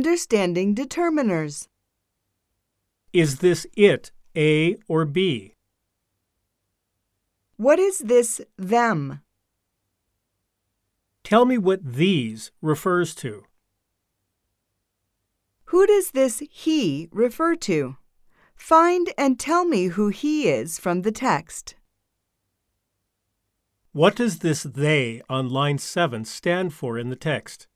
Understanding determiners. Is this it, A or B? What is this them? Tell me what these refers to. Who does this he refer to? Find and tell me who he is from the text. What does this they on line 7 stand for in the text?